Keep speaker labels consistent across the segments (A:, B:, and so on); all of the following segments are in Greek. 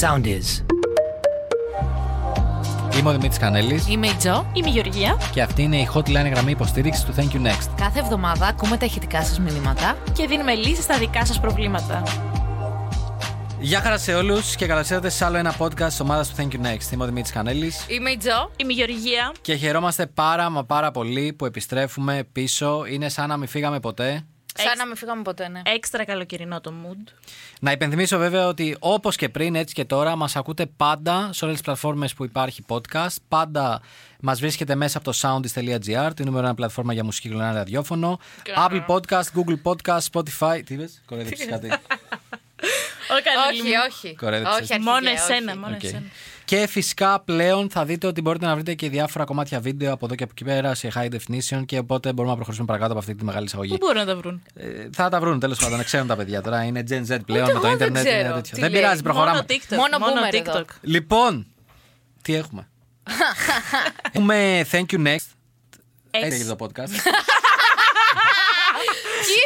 A: Sound is.
B: Είμαι ο Δημήτρης Κανέλης
C: Είμαι η Τζο.
D: Είμαι η Γεωργία
B: και αυτή είναι η hotline γραμμή υποστήριξης του Thank you Next.
C: Κάθε εβδομάδα ακούμε τα ηχητικά σας μηνύματα.
D: και δίνουμε λύσεις στα δικά σας προβλήματα.
B: Γεια χαρά σε όλους και καλώς ήρθατε σε άλλο ένα podcast της ομάδας του Thank you Next. Είμαι ο Δημήτρης Κανέλης
C: Είμαι η Τζο.
D: Είμαι η Γεωργία.
B: και χαιρόμαστε πάρα μα πάρα πολύ που επιστρέφουμε πίσω. Είναι σαν να μην φύγαμε ποτέ.
C: Σαν να μην φύγαμε ποτέ, ναι.
D: Έξτρα καλοκαιρινό το mood.
B: Να υπενθυμίσω βέβαια ότι όπως και πριν, έτσι και τώρα, μας ακούτε πάντα σε όλες τις πλατφόρμες που υπάρχει podcast. Πάντα μας βρίσκεται μέσα από το soundis.gr, τη νούμερο ένα πλατφόρμα για μουσική κλωνά ραδιόφωνο. Apple Podcast, Google Podcast, Spotify. Τι είπες? Κοροϊδέψες κάτι.
D: Ο Κανέλη
C: Όχι,
D: μου.
C: όχι.
B: Κορέδεψες.
C: Όχι, αρχικά,
D: Ε, Μόνο
C: όχι.
D: εσένα, μόνο
B: Οκ.
D: εσένα.
B: Και φυσικά πλέον θα δείτε ότι μπορείτε να βρείτε και διάφορα κομμάτια βίντεο από εδώ και από εκεί πέρα σε high definition και οπότε μπορούμε να προχωρήσουμε παρακάτω από αυτή τη μεγάλη εισαγωγή.
D: Πού μπορούν να τα βρουν.
B: Ε, θα τα βρουν τέλος πάντων, ξέρουν τα παιδιά τώρα. Είναι Gen Z πλέον
C: Ούτε
B: με
C: εγώ
B: το
C: δεν
B: Ιντερνετ.
C: ξέρω
B: είναι τέτοιο.
C: τι
B: Δεν
C: λέει.
B: πειράζει, προχωράμε.
D: Μόνο TikTok.
C: Μόνο boomer εδώ.
B: Λοιπόν, τι έχουμε. έχουμε Thank you next.
D: Έξι.
B: Έτσι λέγεται το podcast.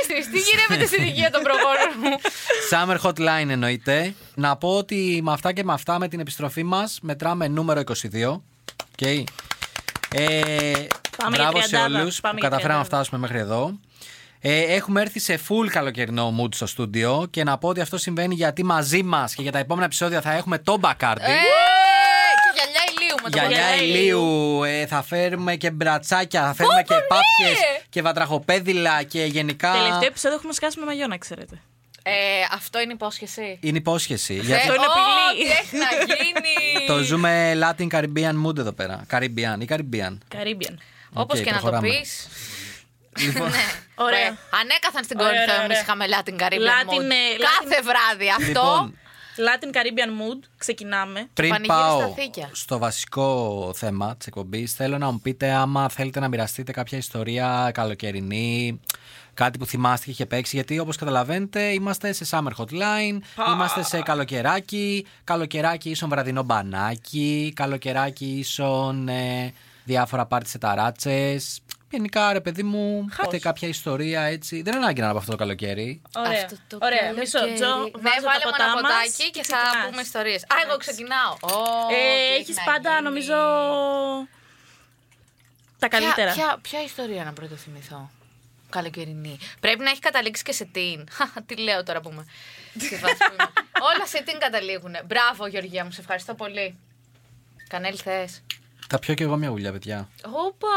C: Κύριε, τι γίνεται στην υγεία των προγόνων μου.
B: Summer Hotline εννοείται. Να πω ότι με αυτά και με αυτά με την επιστροφή μας μετράμε νούμερο 22. Okay. Ε,
D: Πάμε για
B: μπράβο σε
D: τριαντάδα.
B: όλους
D: Πάμε
B: που καταφέραμε
D: για
B: να
D: τριαντάδα.
B: φτάσουμε μέχρι εδώ. Ε, έχουμε έρθει σε full καλοκαιρινό mood στο στούντιο και να πω ότι αυτό συμβαίνει γιατί μαζί μας και για τα επόμενα επεισόδια θα έχουμε τον Μπακάρντι.
C: Ε, Και γυαλιά ηλίου με το
B: Γυαλιά
D: Γυαλιά
B: ηλίου, ε, θα φέρουμε και μπρατσάκια, θα φέρουμε
D: ναι!
B: και πάπιες και βατραχοπέδιλα και γενικά.
D: Τελευταίο επεισόδιο έχουμε σκάσει με μαγιό, να ξέρετε.
C: Ε, Αυτό είναι υπόσχεση. Ε,
B: Είναι υπόσχεση. γιατί-
D: Αυτό είναι απειλή.
C: Ό,τι έχει να γίνει.
B: Το ζούμε Latin Caribbean mood εδώ πέρα. Caribbean ή Caribbean.
D: Caribbean.
C: Όπω
B: Οκ,
C: και να το
B: προχωράμε.
C: πεις.
B: Λοιπόν,
D: Ωραία.
C: Ε, Ανέκαθεν στην
D: Ωραία,
C: κόρη θα εμεί
D: ωραία, ωραία.
C: είχαμε Latin Caribbean
D: Latin,
C: mood.
D: ε,
C: Κάθε βράδυ αυτό.
B: λοιπόν,
D: Latin Caribbean mood. Ξεκινάμε.
B: πριν
C: πανηγύρι στα
B: πάω
C: θήκια.
B: στο βασικό θέμα της εκπομπής, θέλω να μου πείτε άμα θέλετε να μοιραστείτε κάποια ιστορία καλοκαιρινή, κάτι που θυμάστε και είχε παίξει. Γιατί όπως καταλαβαίνετε, είμαστε σε summer hotline, είμαστε σε καλοκαιράκι. Καλοκαιράκι ίσον βραδινό μπανάκι, καλοκαιράκι ίσον ε, διάφορα πάρτι σε ταράτσες. Γενικά, ρε παιδί μου, έχετε κάποια ιστορία έτσι. Δεν είναι ανάγκη να είναι από αυτό το καλοκαίρι.
D: Ωραία.
C: Αυτό το
D: Ωραία.
C: καλοκαίρι.
D: Μισό. Τζο,
C: Ναι,
D: βάζω τα
C: βάλε μου ένα
D: ποτά μας
C: ποτάκι και
D: και
C: θα
D: ξεκινάς.
C: πούμε ιστορίες. Α, εγώ ξεκινάω. Ω, τι
D: Ε,
C: έχει
D: έχεις
C: να
D: πάντα,
C: γίνει.
D: νομίζω, τα
C: Ποια-
D: καλύτερα.
C: Ποια, ποια ιστορία να πρώτο θυμηθώ. Καλοκαιρινή. Πρέπει να έχει καταλήξει και σε την. Χα, Τι λέω τώρα που είμαι. στη βάση που είμαι. Όλα σε την καταλήγουν. Μπράβο, Γεωργία μου, σε ευχαριστώ πολύ. Κανέλη θες.
B: Θα πιω και εγώ μια γουλιά, παιδιά.
C: Όπα!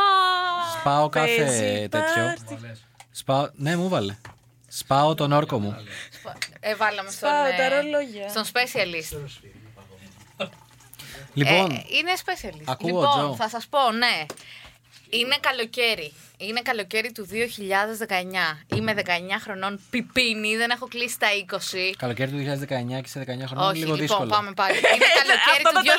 B: Σπάω κάθε
D: Παίζει
B: τέτοιο.
D: πάρτι.
B: Σπάω... Ναι, μου βάλε. Σπάω τον όρκο μου.
C: Ε, βάλαμε στον,
D: Σπάω
C: ε,
D: τα ρολόγια.
C: στον specialist.
B: Λοιπόν,
C: Ε, είναι specialist.
B: ακούω,
C: λοιπόν,
B: Τζο.
C: θα σας πω, ναι. Είναι καλοκαίρι. Είναι καλοκαίρι του 2019. Είμαι 19 χρονών πιπίνη, δεν έχω κλείσει τα 20.
B: καλοκαίρι του 2019 και σε 19 χρόνια είναι
C: ε, Όχι,
B: λίγο
C: λοιπόν,
B: δύσκολο.
C: πάμε πάλι. Είναι καλοκαίρι
D: Αυτό
C: του
D: θα το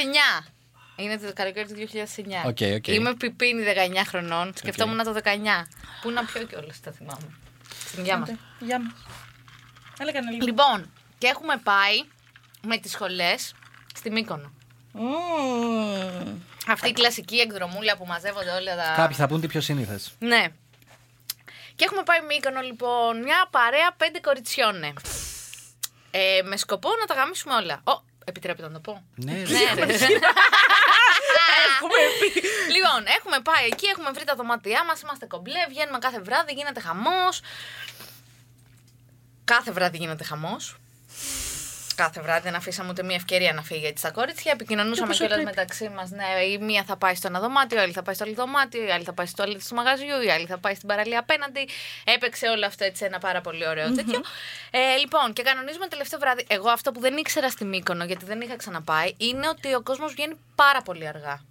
D: έλεγα.
C: 2009. Είναι το καλοκαίρι του 2009.
B: Οκ, οκ.
C: Είμαι πιπίνη 19 χρονών. Σκεφτόμουν το 19. Πού να πιω κιόλα, τα θυμάμαι. Στην υγειά μας.
D: Γεια μας. Έλα κανένα λίγο.
C: Λοιπόν, και έχουμε πάει με τις σχολές στη Μύκονο.
D: Μμμ.
C: Αυτή η κλασική εκδρομούλα που μαζεύονται όλα τα.
B: Κάποιοι θα πούν τι πιο σύνηθες.
C: Ναι. Και έχουμε πάει Μύκονο λοιπόν, μια παρέα πέντε κοριτσιόνε. Ε, με σκοπό να τα γαμίσουμε όλα. Ω, επιτρέπετε να το πω.
B: Ναι, ναι.
C: ναι, ναι.
D: Έχουμε πει.
C: Λοιπόν, έχουμε πάει εκεί, έχουμε βρει τα δωμάτια μας, είμαστε κομπλέ, βγαίνουμε κάθε βράδυ, γίνεται χαμός. Κάθε βράδυ γίνεται χαμός. Κάθε βράδυ δεν αφήσαμε ούτε μία ευκαιρία να φύγει έτσι στα κορίτσια. Επικοινωνούσαμε
D: Όπως
C: κιόλα
D: έπρεπε.
C: μεταξύ μας. Ναι, η μία θα πάει στο ένα δωμάτιο, η άλλη θα πάει στο άλλο δωμάτιο, η άλλη θα πάει στο άλλο του μαγαζιού, η άλλη θα πάει στην παραλία απέναντι. Έπαιξε όλο αυτό έτσι ένα πάρα πολύ ωραίο τέτοιο. Ε, λοιπόν, και κανονίζουμε τελευταίο βράδυ. Εγώ αυτό που δεν ήξερα στη Μύκονο, γιατί δεν είχα ξαναπάει, είναι ότι ο κόσμος βγαίνει πάρα πολύ αργά.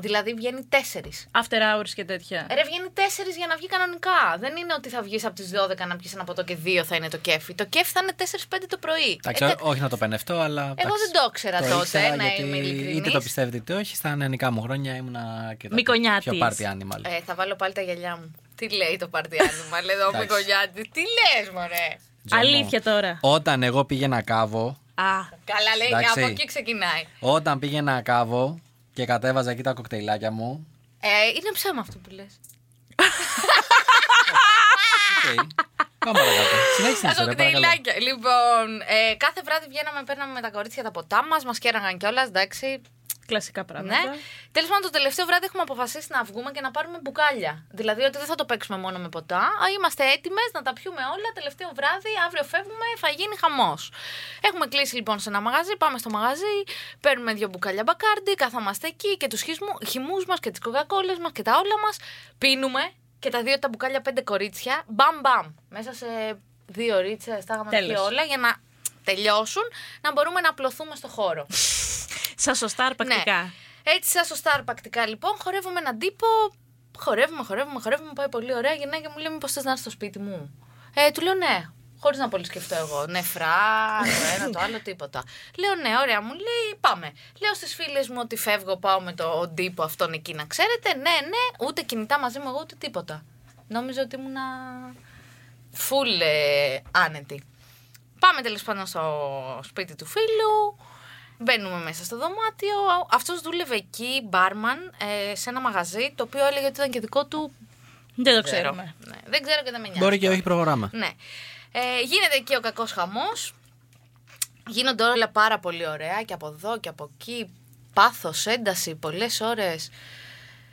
C: Δηλαδή βγαίνει 4.
D: After hours και τέτοια.
C: Ρε, βγαίνει 4 για να βγει κανονικά. Δεν είναι ότι θα βγεις από τις 12 να πιεις ένα ποτό και 2 θα είναι το κέφι. Το κέφι θα είναι 4-5 το πρωί.
B: Εντάξει,
C: Ε,
B: ό- όχι να το πενευτώ, αλλά. εντάξει,
C: δεν το ήξερα τότε,
B: ήξερα,
C: να είμαι ειλικρινής.
B: Είτε το πιστεύετε είτε όχι, στα νεανικά μου χρόνια ήμουνα και τα
D: Μικονιάτης.
B: πιο party animal.
C: ε, θα βάλω πάλι τα γυαλιά μου. Τι λέει το πάρτι άνοιγμα, λέει το
B: Εντάξει.
C: Μικογιάννη. Τι λες, μωρέ.
B: Τζο μου,
D: Αλήθεια τώρα.
B: Όταν εγώ πήγαινα κάβο,
D: Α,
C: Καλά, λέει,
B: Εντάξει.
C: από εκεί ξεκινάει.
B: όταν πήγαινα κάβο και κατέβαζα εκεί τα κοκτέιλάκια μου.
C: Ε, είναι ψέμα αυτό που λες.
B: οκ. Πάμε παρακάτω. Συνέχισε την
C: Τα
B: ιστορία, παρακαλώ.
C: κοκτέιλάκια. Λοιπόν, ε, κάθε βράδυ βγαίναμε, παίρναμε με τα κορίτσια τα ποτά μας, μας κέραγαν κιόλας, εντάξει.
D: Κλασικά
C: Ναι.
D: πράγματα.
C: Τέλος πάντων, το τελευταίο βράδυ έχουμε αποφασίσει να βγούμε και να πάρουμε μπουκάλια. Δηλαδή ότι δεν θα το παίξουμε μόνο με ποτά. α, Είμαστε έτοιμες να τα πιούμε όλα. Τελευταίο βράδυ, αύριο φεύγουμε, θα γίνει χαμός. Έχουμε κλείσει λοιπόν σε ένα μαγαζί, πάμε στο μαγαζί, παίρνουμε δύο μπουκάλια μπακάρντι, καθόμαστε εκεί και τους χυμούς μας και τις κοκακόλες μας και τα όλα μας. Πίνουμε και τα δύο τα μπουκάλια πέντε κορίτσια. Μπαμ μπαμ. Μέσα σε δύο ρίτσες τα είχαμε
D: Τέλος.
C: πιει όλα για να τελειώσουν, να μπορούμε να απλωθούμε στο χώρο.
D: Σα σωστά αρπακτικά.
C: Ναι. Έτσι, σαν σωστά αρπακτικά λοιπόν, χορεύω με έναν τύπο. Χορεύουμε, χορεύουμε, χορεύουμε. Πάει πολύ ωραία. Η γυναίκα μου λέει: Μήπως θες να έρθει στο σπίτι μου. Ε, του λέω ναι. Χωρίς να πολύ σκεφτώ εγώ. Νεφρά, το ένα, το άλλο, τίποτα. Λέω ναι, ωραία, μου λέει πάμε. Λέω στις φίλες μου ότι φεύγω, πάω με τον τύπο αυτόν εκεί να ξέρετε. Ναι, ναι, ούτε κινητά μαζί μου, εγώ ούτε τίποτα. Νόμιζα ότι ήμουνα φουλ ε, άνετη. Πάμε τέλος πάντων στο σπίτι του φίλου. Μπαίνουμε μέσα στο δωμάτιο. Αυτός δούλευε εκεί, μπάρμαν, ε, σε ένα μαγαζί το οποίο έλεγε ότι ήταν και δικό του.
D: Δεν το
C: Ξέρω.
D: ξέρουμε.
C: Ναι, δεν ξέρω και δεν με νοιάζει.
B: Μπορεί και όχι προχωράμε.
C: Ναι. Ε, γίνεται εκεί ο κακός χαμός. Γίνονται όλα πάρα πολύ ωραία και από εδώ και από εκεί. Πάθος, ένταση, πολλές ώρες.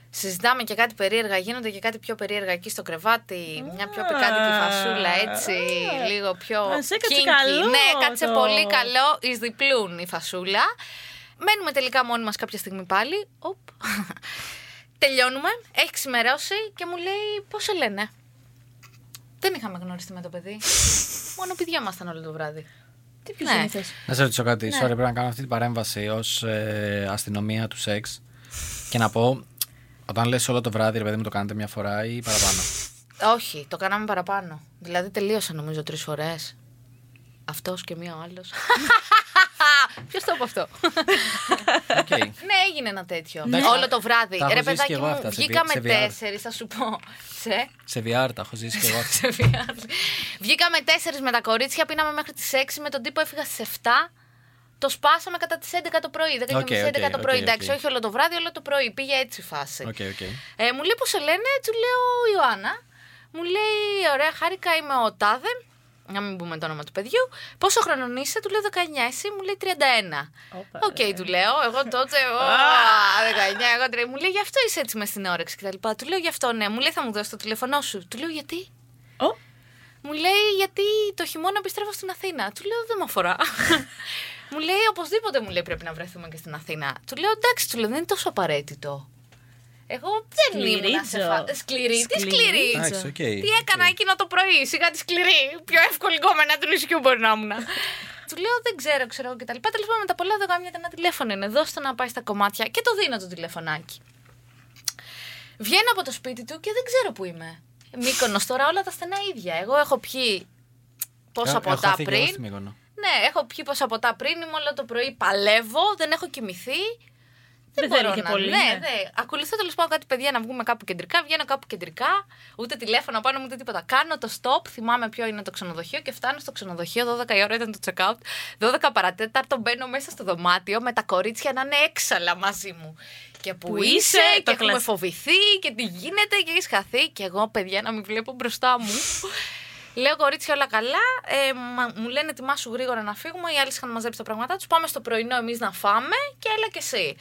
C: Συζητάμε και κάτι περίεργα, γίνονται και κάτι πιο περίεργα εκεί στο κρεβάτι. Μια πιο πικάντικη φασούλα έτσι, λίγο πιο.
D: Μας έκατσε
C: kinky.
D: καλό
C: Ναι, κάτσε
D: το.
C: πολύ καλό. Εις διπλούν η φασούλα. Μένουμε τελικά μόνοι μας κάποια στιγμή πάλι. Οπ. Τελειώνουμε, έχει ξημερώσει και μου λέει πώς σε λένε. Δεν είχαμε γνωριστεί με το παιδί. Μόνο παιδιά ήμασταν όλο το βράδυ.
D: Τι
C: Ναι.
B: Να σε ρωτήσω κάτι. Sorry, πρέπει να κάνω αυτή την παρέμβαση ως αστυνομία του σεξ και να πω. Όταν λες όλο το βράδυ, ρε παιδί μου, το κάνετε μια φορά ή παραπάνω.
C: Όχι, το κάναμε παραπάνω. Δηλαδή τελείωσα νομίζω τρεις φορές. Αυτός και μία ο άλλος. Ποιος το είπε αυτό.
B: Οκ.
C: ναι, έγινε ένα τέτοιο.
B: Εντάξει.
C: Όλο το βράδυ.
B: Τα έχω
C: Ρε
B: ζήσει κι
C: παιδάκι
B: εγώ
C: μου,
B: αυτά, σε βι-
C: βγήκαμε
B: σε VR.
C: τέσσερις, θα σου πω. Σε.
B: Σε VR τα έχω ζήσει και εγώ.
C: σε VR. Βγήκαμε τέσσερις με τα κορίτσια, πίναμε μέχρι τις 6 με τον τύπο, έφυγα στις 7. Το σπάσαμε κατά τις 11 το πρωί.
B: Οκ,
C: 10
B: οκ,
C: 11 το πρωί.
B: οκ,
C: Εντάξει,
B: οκ.
C: όχι όλο το βράδυ, όλο το πρωί. Πήγε έτσι η φάση.
B: Οκ, οκ.
C: Ε, μου λέει πώς σε λένε, του λέω Ιωάννα. Μου λέει, ωραία, χάρηκα, είμαι ο Τάδε. Να μην πούμε το όνομα του παιδιού. Πόσο χρονών είσαι, του λέω 19, εσύ μου λέει 31.
D: Όπα,
C: Οκ, του λέω, εγώ τότε. ω, 19, εγώ τρε. Μου λέει, γι' αυτό είσαι έτσι μες στην όρεξη κτλ. Του λέω, γι' αυτό ναι. Μου λέει, θα μου δώσεις το τηλέφωνό σου. Του λέω, γιατί.
D: Ω,
C: Μου λέει γιατί το χειμώνα επιστρέφω στην Αθήνα. Του λέω δεν με αφορά. μου λέει οπωσδήποτε μου λέει πρέπει να βρεθούμε και στην Αθήνα. Του λέω εντάξει, του λέω δεν είναι τόσο απαραίτητο. Εγώ δεν
D: Σκληρίτζο.
C: ήμουν σε φάση. Σκληρή, τι
D: Σκληρή.
C: σκληρή.
B: Εντάξει, οκ.
C: Τι έκανα εκείνο το πρωί, σιγά τη σκληρή. Πιο εύκολη κόμμενα του νησιού μπορεί να ήμουν. του λέω δεν ξέρω, ξέρω εγώ κτλ. Τέλος πάντων με τα πολλά εδώ γάμια ένα τηλέφωνο είναι. Δώστε να πάει στα κομμάτια και το δίνω το τηλεφωνάκι. Βγαίνω από το σπίτι του και δεν ξέρω που είμαι. Μύκονος τώρα όλα τα στενά ίδια. Εγώ έχω πιει πόσα
B: Έχω
C: ποτά
B: χαθεί και εγώ
C: πριν.
B: στη Μύκονο.
C: Ναι, έχω πιει πόσα ποτά πριν. Είμαι όλο το πρωί παλεύω, δεν έχω κοιμηθεί.
D: Δεν
C: μπορώ
D: θέλει και
C: να-
D: πολύ,
C: Ναι,
D: ναι.
C: ναι. Ακολουθώ τέλος πάντων κάτι παιδιά να βγούμε κάπου κεντρικά. Βγαίνω κάπου κεντρικά. Ούτε τηλέφωνο πάνω μου, ούτε τίποτα. Κάνω το stop. Θυμάμαι ποιο είναι το ξενοδοχείο και φτάνω στο ξενοδοχείο. 12 η ώρα ήταν το check-out. 12 παρατέταρτο μπαίνω μέσα στο δωμάτιο με τα κορίτσια να είναι έξαλα μαζί μου. Και που,
D: Που είσαι,
C: είσαι,
D: το
C: και έχουμε
D: κλασικό.
C: φοβηθεί και τι γίνεται και έχεις χαθεί. Και εγώ, παιδιά, να μην βλέπω μπροστά μου. Λέω κορίτσια όλα καλά. Ε, μα- μου λένε ετοιμάσου γρήγορα να φύγουμε. Οι άλλοι είχαν μαζέψει τα πράγματά τους. Πάμε στο πρωινό εμείς να φάμε και έλα και εσύ.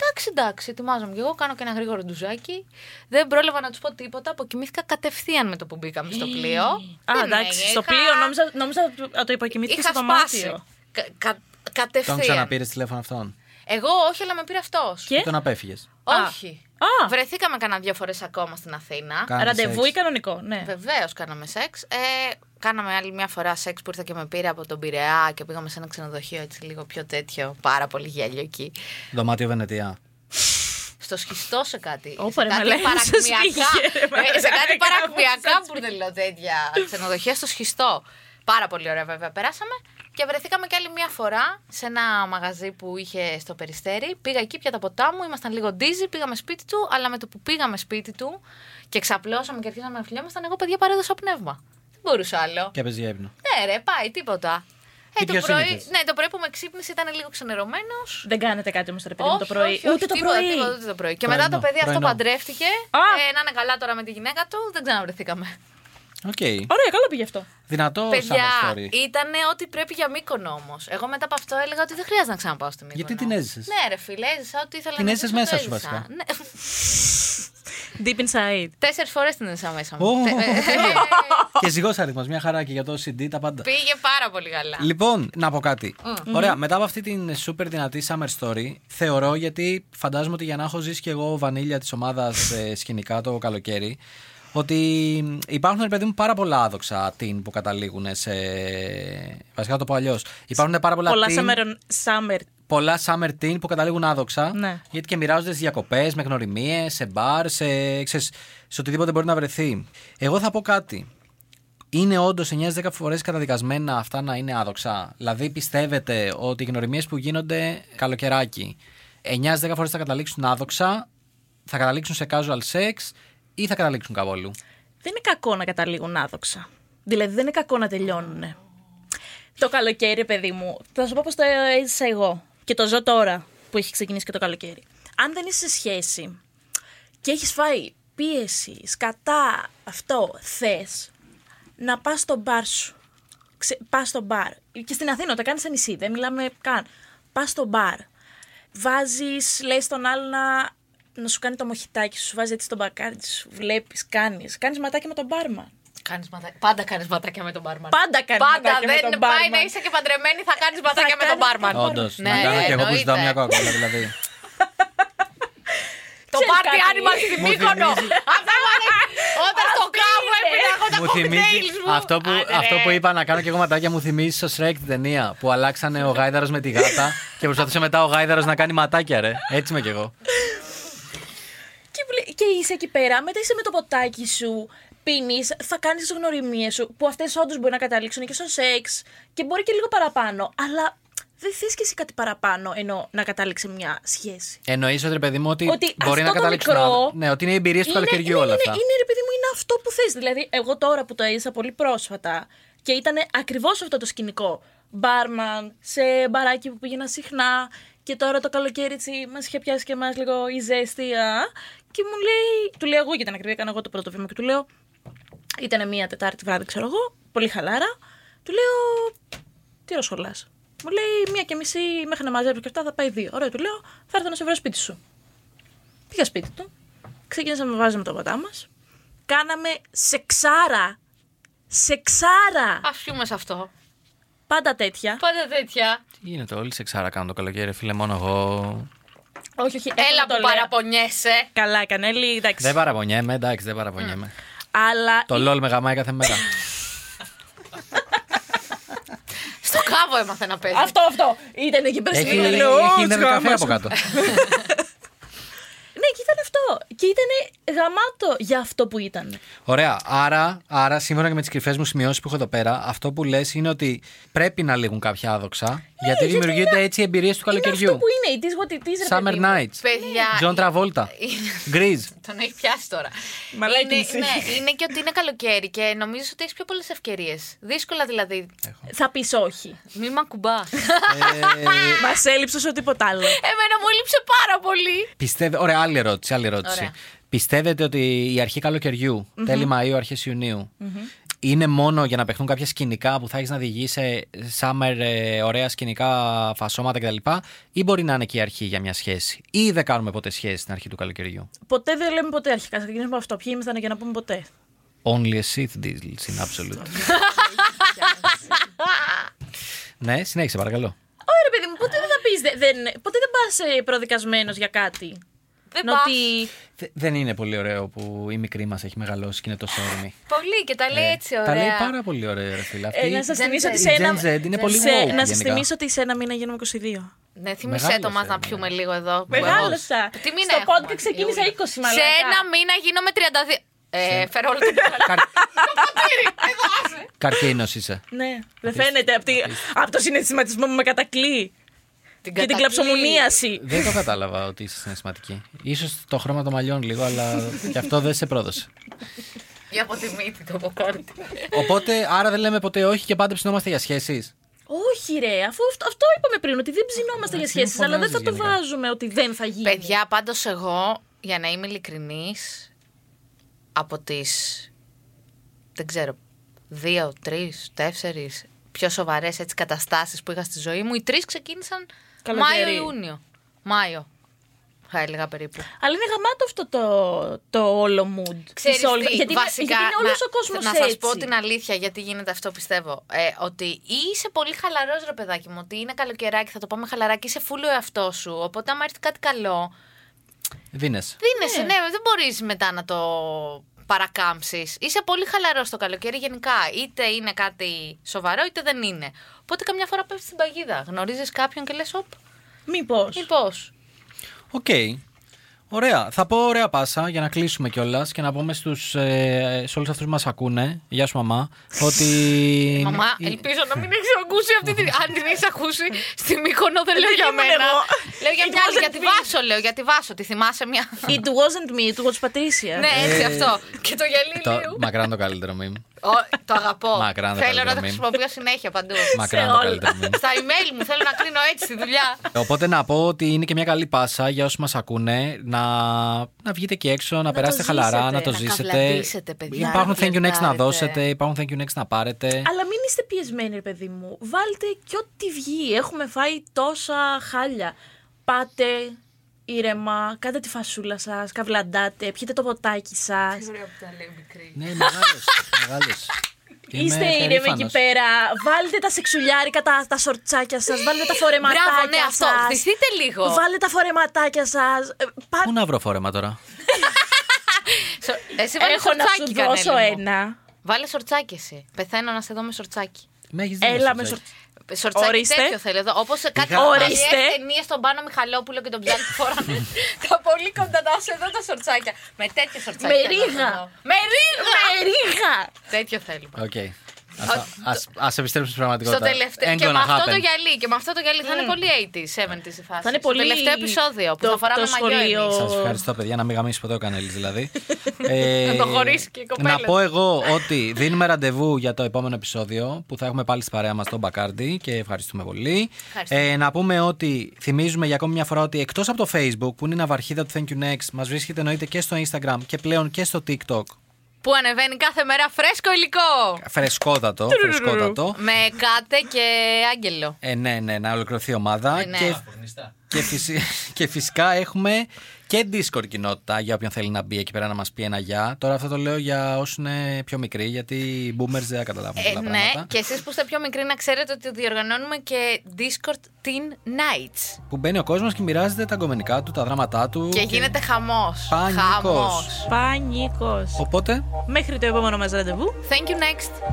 C: Εντάξει, εντάξει, ετοιμάζομαι και εγώ. Κάνω και ένα γρήγορο ντουζάκι. Δεν πρόλαβα να τους πω τίποτα. Αποκοιμήθηκα κατευθείαν με το που μπήκαμε στο πλοίο.
D: Α,
C: Δεν
D: εντάξει. Στο
C: είχα-
D: πλοίο νόμιζα, νόμιζα ότι το- το υποκοιμήθηκε
C: Είχα
D: στο
C: σπάσει.
D: δωμάτιο.
C: Κα, κα-
B: Τον
C: κατευθείαν.
B: ξαναπήρες τηλέφωνο αυτόν.
C: Εγώ όχι, αλλά με πήρε αυτός.
D: Και?
B: Τον απέφυγες.
D: Α.
C: Όχι.
D: Α.
C: Βρεθήκαμε κανένα δύο φορές ακόμα στην Αθήνα.
D: Ραντεβού ή κανονικό, ναι.
C: Βεβαίως κάναμε σεξ. Ε, κάναμε άλλη μια φορά σεξ που ήρθα και με πήρε από τον Πειραιά και πήγαμε σε ένα ξενοδοχείο έτσι λίγο πιο τέτοιο. Πάρα πολύ γέλιο εκεί.
B: Δωμάτιο Βενετία.
C: Στο σχιστό σε κάτι.
D: Ω,
C: σε,
D: ρε,
C: κάτι
D: με λέει, σας πήγε, ρε,
C: ε, σε κάτι
D: μαλάκα,
C: παρακμιακά
D: κάπως
C: μπουρδελοτέτια ξενοδοχεία στο σχιστό. Πάρα πολύ ωραία βέβαια περάσαμε. Και βρεθήκαμε και άλλη μια φορά σε ένα μαγαζί που είχε στο Περιστέρι. Πήγα εκεί πια τα ποτά μου, ήμασταν λίγο ντίζι, πήγαμε σπίτι του, αλλά με το που πήγαμε σπίτι του και ξαπλώσαμε και αρχίσαμε να φιλιόμασταν, εγώ παιδιά παρέδωσα πνεύμα. Δεν μπορούσα άλλο.
B: Και έπαιζε για ύπνο.
C: Ναι, ρε, πάει, τίποτα.
B: Τι
C: Ε, το
B: πιο
C: πρωί,
B: συνήθες.
C: ναι, το πρωί που με ξύπνησε ήταν λίγο ξενερωμένος.
D: Δεν κάνετε κάτι όμως ρε παιδί μου το
C: Όχι,
D: πρωί.
C: όχι, όχι,
D: Ούτε το
C: τίποτα,
D: πρωί.
C: τίποτα, ούτε το πρωί. Και
B: Πρωινό,
C: μετά το παιδί αυτό
B: πρωινό.
C: παντρεύτηκε.
D: Α!
C: Ε, να είναι καλά τώρα με τη γυναίκα του, δεν ξαναβρεθήκαμε.
B: Οκ.
D: Ωραία, καλά πήγε αυτό.
B: Δυνατό
C: Παιδιά,
B: summer story.
C: ήταν ό,τι πρέπει για Μύκονο όμως. Εγώ μετά από αυτό έλεγα ότι δεν χρειάζεται να ξαναπάω στη Μύκονο.
B: Γιατί την έζησες?
C: Ναι, ρε φίλε, έζησα ό,τι ήθελα
B: Την
C: να
B: έζησες
C: ζήσω,
B: μέσα
C: το
B: σου,
C: έζησα.
B: βασικά.
C: Ναι.
D: Deep inside.
C: Τέσσερις φορές την έζησα μέσα μου.
B: Ω.
C: Τε- ε, ε,
B: Και ζυγός αριθμό, μια χαρά και για το CD, τα πάντα.
C: Πήγε πάρα πολύ καλά.
B: Λοιπόν, να πω κάτι. Ωραία, μετά από αυτή την super δυνατή summer story, θεωρώ γιατί φαντάζομαι ότι για να έχω ζήσει κι εγώ βανίλια της ομάδας σκηνικά το καλοκαίρι, ότι υπάρχουν, ρε παιδί μου, πάρα πολλά άδοξα teen που καταλήγουν σε. Βασικά θα το πω αλλιώς. Υπάρχουν πάρα πολλά,
D: Πολλά
B: teen,
D: summer, summer.
B: πολλά summer teen που καταλήγουν άδοξα.
D: Ναι.
B: Γιατί και μοιράζονται στι διακοπές, με γνωριμίες, σε μπαρ, σε, ξέρεις, σε οτιδήποτε μπορεί να βρεθεί. Εγώ θα πω κάτι. Είναι όντως 9-10 φορές καταδικασμένα αυτά να είναι άδοξα. Δηλαδή, πιστεύετε ότι οι γνωριμίες που γίνονται καλοκαιράκι 9-10 φορές θα καταλήξουν άδοξα, θα καταλήξουν σε casual sex ή θα καταλήξουν κάπου αλλού.
D: Δεν είναι κακό να καταλήγουν άδοξα. Δηλαδή δεν είναι κακό να τελειώνουν. Το καλοκαίρι, παιδί μου, θα σου πω πώς το έζησα εγώ. Και το ζω τώρα που έχει ξεκινήσει και το καλοκαίρι. Αν δεν είσαι σε σχέση και έχεις φάει πίεση, σκατά, αυτό, θες να πας στο μπαρ σου. Ξε... Πας στο μπαρ. Και στην Αθήνα, τα κάνει σε νησί, δεν μιλάμε καν. Πας στο μπαρ. Βάζεις, λες τον άλλο να, να σου κάνει το μοχητάκι σου, σου βάζει έτσι το μπακάρι σου, βλέπεις, κάνεις. Κάνεις ματάκι με τον μπάρμα.
C: Κάνεις ματα- Πάντα κάνεις ματάκια με τον μπάρμαν.
D: Πάντα κάνεις
C: Πάντα
D: ματάκια με
C: δεν
D: τον
C: πάει
D: μπάρμαν.
C: να είσαι και παντρεμένη, θα κάνεις ματάκια με τον
D: κάνεις-
C: μπάρμαν.
B: Όντως,
C: Ναι,
B: να κάνω και εγώ που
C: εννοείται.
B: ζητάω μια κόκκαλα δηλαδή.
C: Το
D: Ξέρεις
C: πάρτι
D: κάτι?
C: άνοιγμα στην
B: Μου
C: Μύκονο.
B: θυμίζει-
C: Αυτό μου αρέσει. Όταν στο κάβω επιλέγω τα
B: μου θυμίζει
C: κοκτέιλ μου.
B: αυτό που,
C: Άντε,
B: αυτό
C: ρε.
B: που είπα να κάνω και εγώ ματάκια μου θυμίζει στο Shrek την ταινία που αλλάξανε ο γάιδαρος με τη γάτα και προσπαθούσε μετά ο γάιδαρος να κάνει ματάκια, ρε. Έτσι είμαι κι εγώ.
D: Και, βλέ- και είσαι εκεί πέρα, μετά είσαι με το ποτάκι σου, πίνεις, θα κάνεις τις γνωριμίες σου, που αυτές όντως μπορεί να καταλήξουν και στο σεξ και μπορεί και λίγο παραπάνω. Αλλά δεν θες και εσύ κάτι παραπάνω ενώ να κατάληξει μια σχέση.
B: Εννοείς ότι ρε παιδί μου ότι,
D: Ότι
B: μπορεί
D: αυτό
B: να
D: το
B: καταλήξουν.
D: μικρό
B: άλλο. Ναι, ότι είναι εμπειρίε του καλοκαιριού όλα αυτά.
D: Είναι, είναι, ρε παιδί μου, είναι αυτό που θες. Δηλαδή, εγώ τώρα που το έζησα πολύ πρόσφατα και ήταν ακριβώς αυτό το σκηνικό. Μπάρμαν, σε μπαράκι που πήγαινα συχνά και τώρα το καλοκαίρι έτσι μας είχε πιάσει και εμάς λίγο η ζέστη. α. Και μου λέει, του λέω εγώ γιατί ήταν ακριβή, έκανα εγώ το πρώτο βήμα και του λέω, ήταν μία Τετάρτη βράδυ ξέρω εγώ, πολύ χαλάρα. Του λέω, τι ώρα σχολάς. Μου λέει μία και μισή μέχρι να μαζέψω και αυτά θα πάει δύο. Ωραία, του λέω, θα έρθω να σε βρω σπίτι σου. Πήγα σπίτι του. Ξεκίνησα να βάζουμε τα ποτά μας. Κάναμε σεξάρα. Σεξάρα!
C: Ας πιούμε σε αυτό.
D: Πάντα τέτοια.
C: Πάντα τέτοια.
B: Τι γίνεται, όλοι σε ξάρα κάνουν το καλοκαίρι, φίλε, μόνο εγώ.
D: Όχι, όχι. έπρεπε
C: Έλα
D: να το
C: που
D: λέω.
C: παραπονιέσαι.
D: Καλά, έκανε. Έλλη, εντάξει.
B: Δεν παραπονιέμαι, εντάξει, δεν παραπονιέμαι.
D: Mm. Αλλά.
B: Το LOL με γαμάει κάθε μέρα.
C: Στο κάβο έμαθε να παίζει.
D: Αυτό, αυτό. Ήταν εκεί πέρα
B: Έχει
D: στην Ελλάδα, λέω, «Ω,
B: έχει νεύρο
D: τσιγάμα
B: καφέ
D: σου».
B: από κάτω.
D: Ναι, και ήταν αυτό. Και ήταν γαμάτο για αυτό που ήταν.
B: Ωραία. Άρα, άρα σύμφωνα και με τις κρυφές μου σημειώσεις που έχω εδώ πέρα, αυτό που λες είναι ότι πρέπει να λήγουν κάποια άδοξα. γιατί
D: Ναι, γιατί
B: δημιουργούνται
D: είναι-
B: έτσι οι εμπειρίες του
D: Είναι αυτό
B: καλοκαιριού.
D: που είναι. It is what it is, ρε παιδί
B: Summer
D: μου.
B: nights.
C: Παιδιά.
B: Ναι. Τζον Τραβόλτα. Γκριζ.
C: Τον έχει πιάσει τώρα.
D: Μαλάκα
C: είναι,
D: εσύ.
C: ναι, είναι και ότι είναι καλοκαίρι και νομίζω ότι έχεις πιο πολλές ευκαιρίες. Δύσκολα δηλαδή.
D: Θα πεις όχι.
C: Μη μ' ακουμπά.
B: Ε,
D: Μας έλειψες ο τίποτα άλλο.
C: Εμένα μου έλειψε πάρα πολύ.
B: Πιστεύε... Ωραία, άλλη ερώτηση. Άλλη ερώτηση.
C: Ωραία.
B: Πιστεύετε ότι η αρχή καλοκαιριού, τέλη Μαΐου, αρχές Ιουνίου, είναι μόνο για να παιχτούν κάποια σκηνικά που θα έχεις να διηγείς σε summer ε, ωραία σκηνικά, φασώματα κτλ. ή μπορεί να είναι και η αρχή για μια σχέση. Ή δεν κάνουμε ποτέ σχέση στην αρχή του καλοκαιριού.
D: Ποτέ δεν λέμε ποτέ αρχικά. Θα ξεκινήσουμε από αυτό. Ποιοι ήμασταν για να πούμε ποτέ.
B: Only a Sith deal in absolute. ναι, συνέχισε παρακαλώ.
D: Ωραία, παιδί μου, ποτέ δεν θα πεις. ποτέ δεν πας προδικασμένος για κάτι.
C: Δεν
D: Να
C: πας.
D: ότι-
B: Δε- Δεν είναι πολύ ωραίο που η μικρή μας έχει μεγαλώσει και είναι τόσο όρημη.
C: Πολύ και τα λέει έτσι
B: Ε,
C: ωραία.
B: Τα λέει πάρα πολύ ωραία, ρε φίλε.
D: Ε,
B: Αυτή
D: να σας
B: η
D: θυμίσω ότι
B: Gen
D: σε ένα.
B: Z είναι πολύ
D: σε-
B: woke
D: Να σας
B: γενικά.
D: θυμίσω ότι σε ένα μήνα γίνομαι 22.
C: Ναι, θυμισέ
B: Μεγάλωσε,
C: το μα να
B: μεγάλωσε.
C: πιούμε λίγο εδώ.
D: Μεγάλωσα.
C: Τι μήνα
D: Στο
C: έχουμε,
D: podcast ξεκίνησα
C: Ιούλιο.
D: 20
C: Σε
D: μαλάκα.
C: ένα μήνα γίνομαι 32. Ε, φέρω όλο το μπουκάλι.
B: Καρ...
C: Το ποτήρι, εδώ άσε.
B: Καρκίνος είσαι.
D: Ναι, δεν φαίνεται. Από, τη- από το συναισθηματισμό μου με κατακλεί. Και την
C: κατακλεί.
D: κλαψομουνίαση.
B: Δεν το κατάλαβα ότι είσαι συναισθηματική. σω το χρώμα των μαλλιών λίγο, αλλά και αυτό δεν σε πρόδωσε.
C: Ή από τη μύτη το αποκόρτη.
B: Οπότε, άρα δεν λέμε ποτέ όχι και πάντα ψινόμαστε για σχέσεις.
D: Όχι, ρε, αφού αυτό, αυτό είπαμε πριν, ότι δεν ψινόμαστε για σχέσεις, αλλά δεν θα το
B: γενικά.
D: βάζουμε ότι δεν θα γίνει.
C: Παιδιά, πάντως εγώ, για να είμαι ειλικρινής, από τις δεν ξέρω, δύο, τρεις, τέσσερις πιο σοβαρές έτσι καταστάσεις που είχα στη ζωή μου. Οι τρεις ξεκίνησαν
D: Καλοκαίρι.
C: Μάιο-Ιούνιο. Μάιο, θα έλεγα περίπου.
D: Αλλά είναι γαμάτο αυτό το, το όλο mood.
C: Ξέρεις
D: της όλης-
C: τι,
D: γιατί,
C: βασικά,
D: γιατί είναι όλος
C: να-
D: ο κόσμος
C: Να
D: έτσι.
C: σας πω την αλήθεια, γιατί γίνεται αυτό πιστεύω. Ε, ότι ή είσαι πολύ χαλαρός ρε παιδάκι μου, ότι είναι καλοκαιράκι, θα το πάμε χαλαράκι, είσαι φούλο εαυτός σου. Οπότε, άμα έρθει κάτι καλό,
B: Δίνεσαι.
C: δίνεσαι, ναι, δεν μπορείς μετά να το παρακάμψεις. Είσαι πολύ χαλαρός το καλοκαίρι γενικά. Είτε είναι κάτι σοβαρό, είτε δεν είναι. Οπότε, καμιά φορά πέφτεις στην παγίδα. Γνωρίζεις κάποιον και λες, οπ,
D: Μήπως.
C: μήπως.
B: Οκ. Ωραία. Θα πω ωραία πάσα για να κλείσουμε κιόλας και να πούμε στους, ε, σε όλους αυτούς που μας ακούνε. Γεια σου, μαμά. ότι.
C: Μαμά,
B: η-
C: ελπίζω να μην έχεις ακούσει αυτή την. Αν την έχεις ακούσει, στη Μύκονο δεν λέω
D: Ε, Δεν
C: για
D: ήμουν
C: μένα.
D: εγώ. Ε,
C: Λέω για
D: It
C: μια άλλη,
D: wasn't
C: για τη
D: me.
C: Βάσο, λέω για τη Βάσο. Τη θυμάσαι μια.
D: It wasn't me, it was Patricia.
C: Ναι, έτσι αυτό. Και
B: Το,
C: το γυαλί
B: μακράν το καλύτερο μήνυμα.
C: Ω, Το αγαπώ.
B: Μακράν το
C: Θέλω να
B: καλύτερο
C: το
B: meme.
C: χρησιμοποιώ συνέχεια παντού.
B: Μακράν το
D: όλα.
B: καλύτερο μήνυμα.
C: Στα email μου θέλω να κρίνω έτσι τη δουλειά.
B: Οπότε να πω ότι είναι και μια καλή πάσα για όσους μας ακούνε να, να βγείτε και έξω, να, περάσετε
D: ζήσετε,
B: χαλαρά, να το
C: να
B: ζήσετε.
C: καβλαντήσετε, παιδιά,
B: Υπάρχουν
C: να
B: thank you next να
C: φλερτάρετε.
D: ε.
B: δώσετε, υπάρχουν thank you next να πάρετε.
D: Αλλά μην είστε πιεσμένοι, ρε παιδί μου. Βάλτε και ό,τι βγει. Έχουμε φάει τόσα χάλια. Πάτε ήρεμα, κάντε τη φασούλα σας, καβλαντάτε, πιείτε το ποτάκι σας.
B: Ναι, μεγάλο. μεγάλος. Είμαι
D: Είστε ήρεμοι εκεί
B: περήφανος.
D: πέρα. Βάλτε τα σεξουλιάρικα, τα, τα σορτσάκια σας. Βάλτε τα φορεματάκια
C: Μπράβο, ναι, αυτό.
D: Ε, σας.
C: Βυθείτε λίγο.
D: Βάλτε τα φορεματάκια Ε, σα.
B: Πού να βρω φόρεμα τώρα.
C: Σο- Εσύ Ε, βάλε
D: Έχω να σου
C: σορτσάκι,
D: δώσω
C: Κανέλη μου.
D: ένα.
C: Βάλε σορτσάκι εσύ. Πεθαίνω να σε δω με σορτσάκι.
B: Με έχεις δει
D: Έλα με
B: σορτσάκι.
D: σορτσάκια.
C: Σορτσάκι
D: Ορίστε.
C: τέτοιο θέλω εδώ. Όπως κάτι
B: Είχα-
D: Ορίστε.
C: ταινίε στον Πάνο Μιχαλόπουλο και τον Ψάλη που φοράνε. τα πολύ κοντά να σε εδώ τα σορτσάκια. Με τέτοιο σορτσάκι.
D: Με
C: θέλω να
D: ρίγα.
C: σε δω. Με ρίγα.
D: Ρίγα!
C: τέτοιο θέλουμε.
B: Οκ. Ας- ας- Ας επιστρέψουμε στην
C: Στο
B: πραγματικότητα.
C: τελευταίο.
B: Ain't
C: Και με
B: gonna
C: αυτό
B: happen.
C: το γυαλί. Και με αυτό το γυαλί θα είναι πολύ 80s, 70s η φάση.
D: Θα είναι
C: Στο
D: πολύ
C: τελευταίο επεισόδιο που
D: το-
C: θα φοράμε
D: το
C: μαγιό
D: σχολείο.
C: εμείς.
B: Σας ευχαριστώ, παιδιά, να μην γαμίσει ποτέ ο Κανέλης δηλαδή. ε,
C: Να το χωρίσει και η κοπέλα.
B: Να πω εγώ ότι δίνουμε ραντεβού για το επόμενο επεισόδιο που θα έχουμε πάλι στη παρέα μας τον Μπακάρντι και ευχαριστούμε πολύ.
C: Ευχαριστούμε.
B: Ε, να πούμε ότι θυμίζουμε για ακόμη μια φορά ότι εκτός από το Facebook που είναι η ναυαρχίδα του Thank you Next, μας βρίσκεται εννοείται και στο Instagram και πλέον και στο TikTok.
C: Που ανεβαίνει κάθε μέρα φρέσκο υλικό.
B: Φρεσκότατο, φρεσκότατο.
C: Με κάτε και άγγελο.
B: Ε, ναι, ναι, να ολοκληρωθεί η ομάδα.
C: Ε, ναι.
B: Και, και, φυσι- και φυσικά έχουμε και Discord κοινότητα για όποιον θέλει να μπει εκεί πέρα να μας πει ένα γεια. Τώρα αυτό το λέω για όσους είναι πιο μικροί, γιατί οι boomers δεν τα καταλάβουν
C: Ε,
B: πολλά
C: ναι,
B: πράγματα.
C: και εσείς που είστε πιο μικροί, να ξέρετε ότι διοργανώνουμε και Discord Teen Nights.
B: Που μπαίνει ο κόσμος και μοιράζεται τα αγκομενικά του, τα δράματά του.
C: Και γίνεται χαμός
B: Πανικός.
C: Χαμός
D: Πανίκο.
B: Οπότε.
D: Μέχρι το επόμενο μας ραντεβού.
C: Thank you next.